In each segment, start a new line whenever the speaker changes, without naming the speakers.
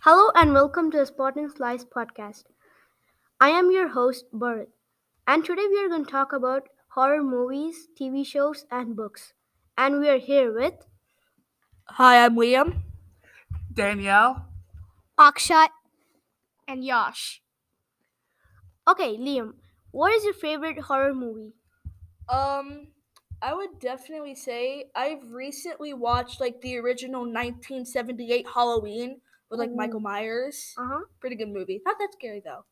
Hello and welcome to the Spotting Slice podcast. I am your host, Bharat, and today we are going to talk about horror movies, TV shows, and books. And we are here with
Hi, I'm Liam.
Danielle,
Akshat.
And Yash.
Okay, Liam, what is your favorite horror movie?
Um, I would definitely say I've recently watched like the original 1978 Halloween with like
Ooh.
Michael Myers.
Uh huh.
Pretty good movie. Not that scary though.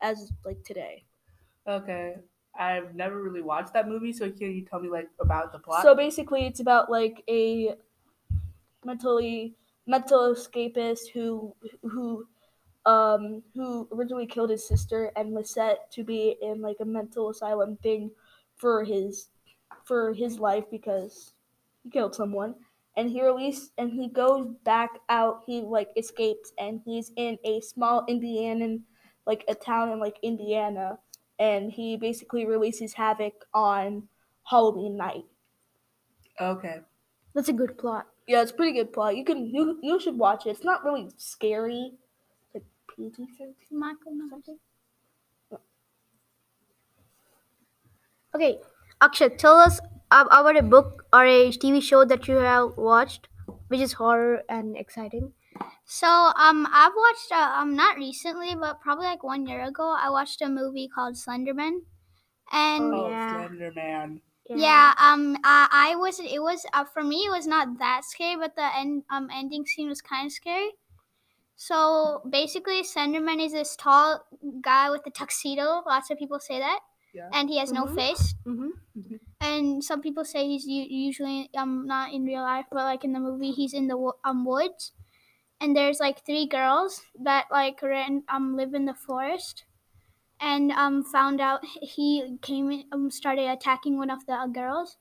As like today.
okay, I've never really watched that movie, so can you tell me like about the plot?
So basically, it's about like a mentally mental escapist who who um who originally killed his sister and was set to be in like a mental asylum thing for his for his life because he killed someone and he released and he goes back out he like escapes and he's in a small indiana like a town in like indiana and he basically releases havoc on halloween night
okay,
That's a good plot.
yeah, it's a pretty good plot. You can you you should watch it. It's not really scary. It's like PG thirteen.
Michael something. Okay, Akshat, tell us ab- about a book or a TV show that you have watched, which is horror and exciting.
So um, I've watched uh, um not recently, but probably like one year ago, I watched a movie called Slenderman, and
Oh,
oh
yeah.
Slender Man,
yeah, um, I, I was it was uh, for me it was not that scary, but the end um ending scene was kind of scary. So basically, Slenderman is this tall guy with a tuxedo. Lots of people say that,
Yeah.
and he has
Mhm.
no face.
Mm-hmm.
And some people say he's u- usually um not in real life, but like in the movie, he's in the wo- um woods, and there's like three girls that like ran um live in the forest, and um found out he came in, um started attacking one of the uh, girls,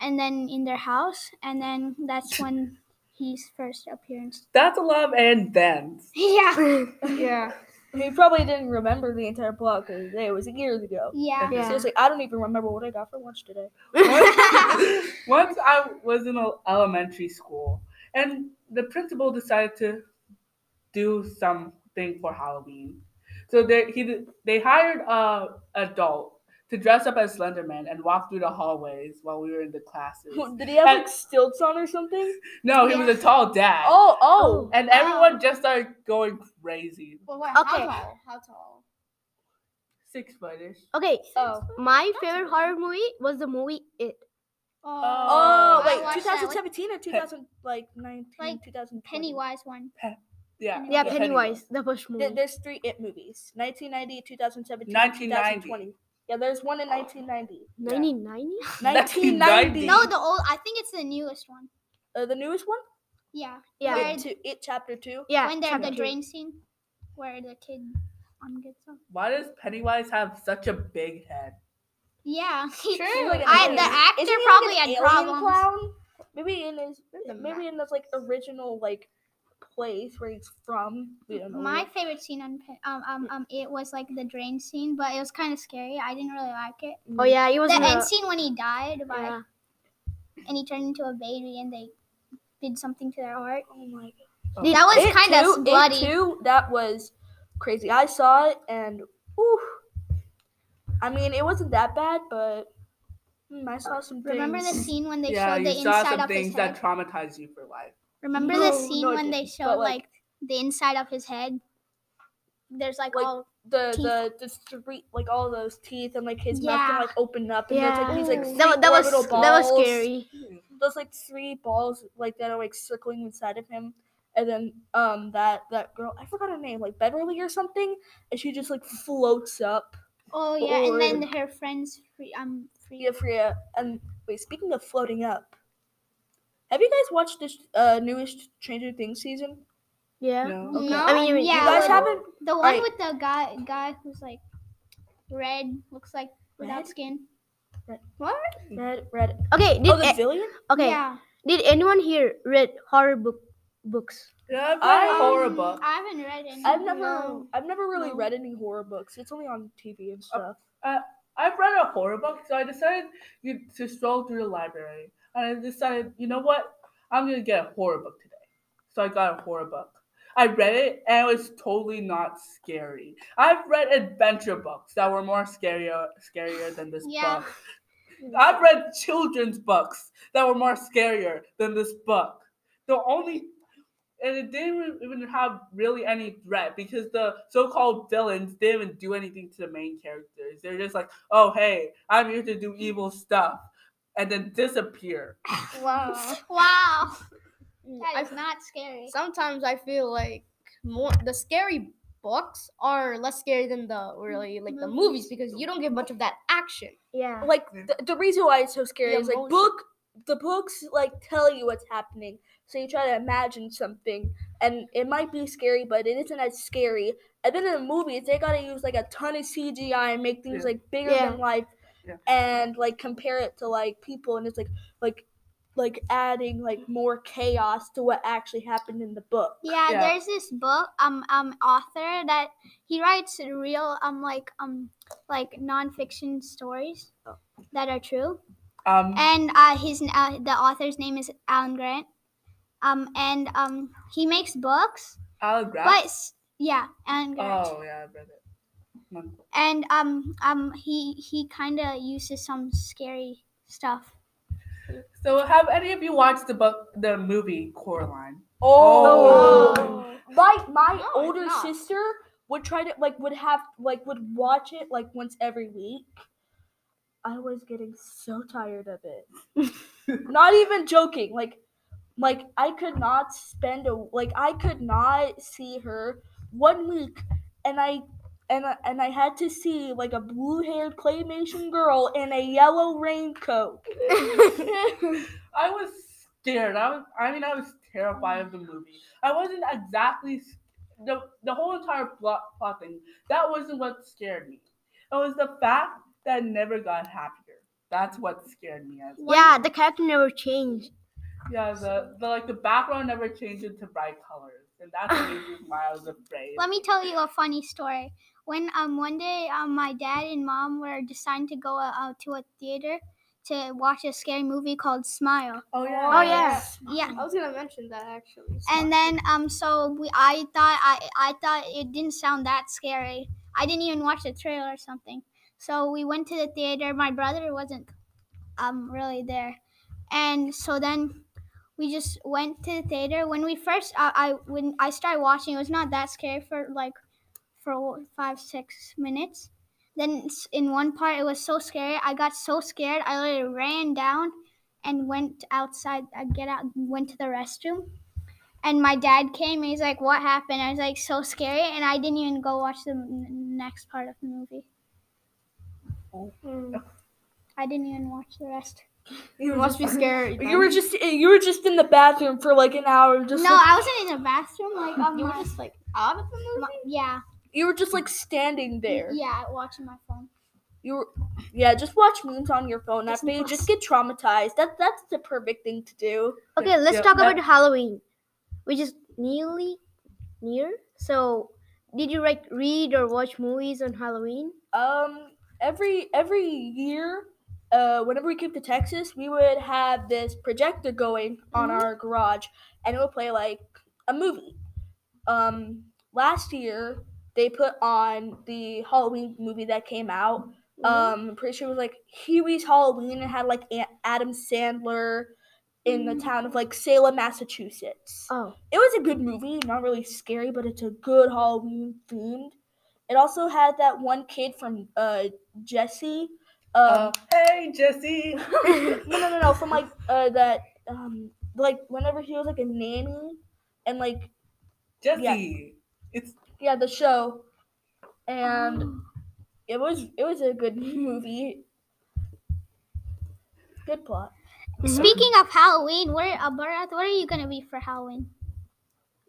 and then in their house, and then that's when his first appearance.
that's a love and then.
Yeah,
Yeah. You probably didn't remember the entire plot because it was years ago.
yeah.
Yeah.
Seriously, I don't even remember what I got for lunch today.
Once, once I was in el- elementary school, and the principal decided to do something for Halloween. So they he d- they hired a adult to dress up as Slender Man and walk throrough the hallways while we were in the classes.
Did he have like stilts on or something?
No, he was a tall dad.
Oh, oh.
And
Ah.
everyone just started going crazy.
Well, what,
how Okay.
tall? How tall?
Six footish.
Okay,
Oh.
my favorite horror movie was the movie It.
Oh,
I
wait,
watched
2017 or 2000 like 19
Like,
2020.
Pennywise one.
Yeah.
Yeah,
Yeah,
Pennywise, the first
There-
movie.
There's three It movies: 1990, 2017,
1990.
2020. Yeah, there's one in 1990.
1990?
1990.
1990.
No, Oh, the old. I think it's the newest one.
Uh, the newest one?
Yeah.
Yeah.
Where-
It, two, it chapter two.
yeah.
when they're in the
chapter two.
drain scene where the kid um gets up.
Why does Pennywise have such a big head?
Yeah.
Sure. Like an
I,
alien.
the actor
Isn't he
probably
like an
had
alien
problems.
Clown? Maybe in his
The
maybe in this like original like place where he's from. We don't know.
My favorite scene on Pe- um, um um it was like the drain scene, but it was kind of scary. I didn't really like it.
Oh, yeah, it was
The
in the-
end scene when he died, by,
yeah.
and he turned into a baby, and they did something to their heart.
oh my god.
It-
That was
It
kind
too-
of
it
bloody.
too, that was crazy. I saw it and ooh. I mean, it wasn't that bad, but hmm, I saw some things.
Remember the scene when they
yeah,
showed
you
the
saw
inside
some
of his
things
head?
that traumatize you for life.
Remember
No,
the scene
no, I
when they
didn't, but,
showed
like-
like, the inside of his head? There's like,
Like,
all
the
teeth.
the the three like all those teeth and like his mouth
Yeah.
can like open up and there's like these like
Ooh.
three
that, wa- that was
orbital balls.
that was scary.
Those like three balls like that are like circling inside of him, and then um that that girl I forgot her name like Beverly or something, and she just like floats up.
oh yeah,
or-
and then her friends free um free
Fria Fria and wait speaking of floating up, have you guys watched this uh newest Stranger Things season?
Yeah.
No?
No,
I mean, you- you
you
yeah,
guys
like,
haven't?
the one
Alright.
with the guy guy who's like red, looks like without
Red?
skin.
Red.
What?
Red red.
Okay, did
Oh, the
a-
villain.
okay
Yeah.
did anyone here read horror book books?
Yeah, I've
I-
read a horror book.
Um, I haven't read any.
I've never,
No.
I've never really
No. Oh,
read any horror books. It's only on TV and stuff.
I've read a horror book, so I decided you, to stroll through the library. And I decided, you know what? I'm going to get a horror book today. So I got a horror book. I read it and it was totally not scary. I've read adventure books that were more scarier scarier than this
Yeah.
book. I've read children's books that were more scarier than this book. The only and it didn't even have really any threat because the so-called villains didn't even do anything to the main characters. They're just like, "Oh, hey, I'm here to do evil stuff," and then disappear.
Wow.
Wow,
I-
that is not scary.
sometimes I feel like more the scary books are less scary than the really like
Mm-hmm.
the movies because you don't get much of that action.
Yeah.
like
Yeah.
the, the reason why it's so scary
The
is like
emotion.
book the books like tell you what's happening so you try to imagine something and it might be scary but it isn't as scary and then in the movies they gotta use like a ton of cgi and make things
Yeah.
like bigger
Yeah.
than life
Yeah.
and like compare it to like people and it's like like like adding like more chaos to what actually happened in the book
Yeah,
Yeah.
there's this book um um author that he writes real um like um like nonfiction stories that are true,
Um,
and uh, his uh, the author's name is Alan Grant, um and um he makes books,
Alan Grant?
but s- yeah, Alan Grant.
Oh yeah, I read it. Mon-
and um um he he kind of uses some scary stuff.
So have any of you watched the book, the movie Coraline?
Oh.
Oh.
my my
No, it's
older
not.
sister would try to like would have like would watch it like once every week. I was getting so tired of it. not even joking. Like like I could not spend a like I could not see her one week and I and I, and I had to see like a blue-haired claymation girl in a yellow raincoat.
I was scared. I was, I mean, I was terrified of the movie. I wasn't exactly s- the the whole entire plot, plot thing. That wasn't what scared me. It was the fact that I never got happier. That's what scared me. As
Yeah, the character never changed.
yeah. The, the like the background never changed into bright colors, and that's the reason why I was afraid.
Let me tell you a funny story. When um one day um my dad and mom were deciding to go uh, uh, to a theater to watch a scary movie called Smile.
Oh yeah.
Oh, yeah.
Yeah.
I was gonna mention that actually.
And then um so we I thought I I thought it didn't sound that scary. I didn't even watch the trailer or something. So we went to the theater. My brother wasn't um really there. And so then we just went to the theater. When we first I, I when I started watching, it was not that scary for like for 5 6 minutes. Then s- in one part it was so scary. I got so scared. I literally ran down and went outside. I get out went to the restroom. And my dad came and he's like, "What happened?" I was like, "So scary," and I didn't even go watch the n- next part of the movie.
Mm.
I didn't even watch the rest.
you must be scared.
You were just you were just in the bathroom for like an hour just
no,
like-
I wasn't in the bathroom. Like, on
you were
my-
just like out of the movie.
my- yeah,
You were just like standing there.
yeah, watching my phone.
You were, yeah, just watch memes on your phone
Just
after you
mouse.
just get traumatized. That that's the perfect thing to do.
Okay, let's
Yeah,
talk
that-
about Halloween, which is nearly near. So, did you like read or watch movies on Halloween?
Um, every every year, uh, whenever we came to Texas, we would have this projector going on our garage, and it would play like a movie. Um, last year they put on the Halloween movie that came out. Um, I'm pretty sure it was like Huey's Halloween and had like A- Adam Sandler in the town of like Salem, Massachusetts.
Oh,
It was a good movie, not really scary, but it's a good Halloween themed. It also had that one kid from uh Jesse. Um,
Uh, hey Jesse.
no, no, no, no, from like uh that um like whenever he was like a nanny and like
Jesse. It's
yeah the show, and it was it was a good movie. Good plot.
Mm-hmm.
Speaking of Halloween, where uh, Bharat, what are you gonna be for Halloween?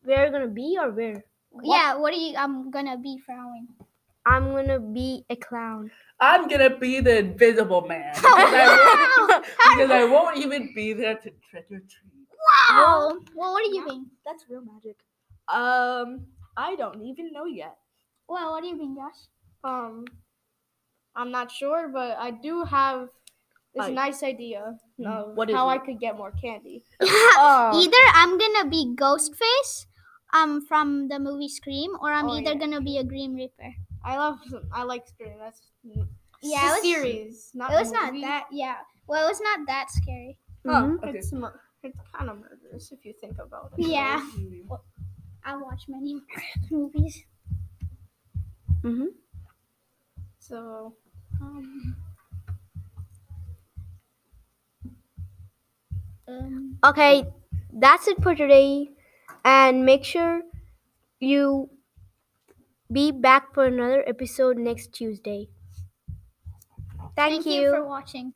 where are gonna be or where?
Yeah, what are you? I'm gonna be for Halloween.
I'm gonna be a clown.
I'm gonna be the invisible man. Because I won't, because I won't even be there to trick or treat.
Wow. Well, what are you being?
That's real magic. Um, I don't even know yet.
Well, what are you being, Josh?
Um, I'm not sure, but I do have this
I-
nice idea of
What is
how
it?
I could get more candy.
Oh.
Uh,
Either I'm gonna be Ghostface um from the movie Scream, or I'm
Oh,
either
yeah.
gonna be a Grim Reaper.
I love. I like Scream. That's
Yeah, it
it's a
was-
series. Not
It was
a
not
movie.
that. Yeah. Well, it was not that scary.
Mhm.
Okay.
It's mur- it's kind of murderous if you think about it.
Yeah. I watch many movies.
So
Um, um,
Okay, that's it for today. And make sure you be back for another episode next Tuesday. Thank,
thank you for watching.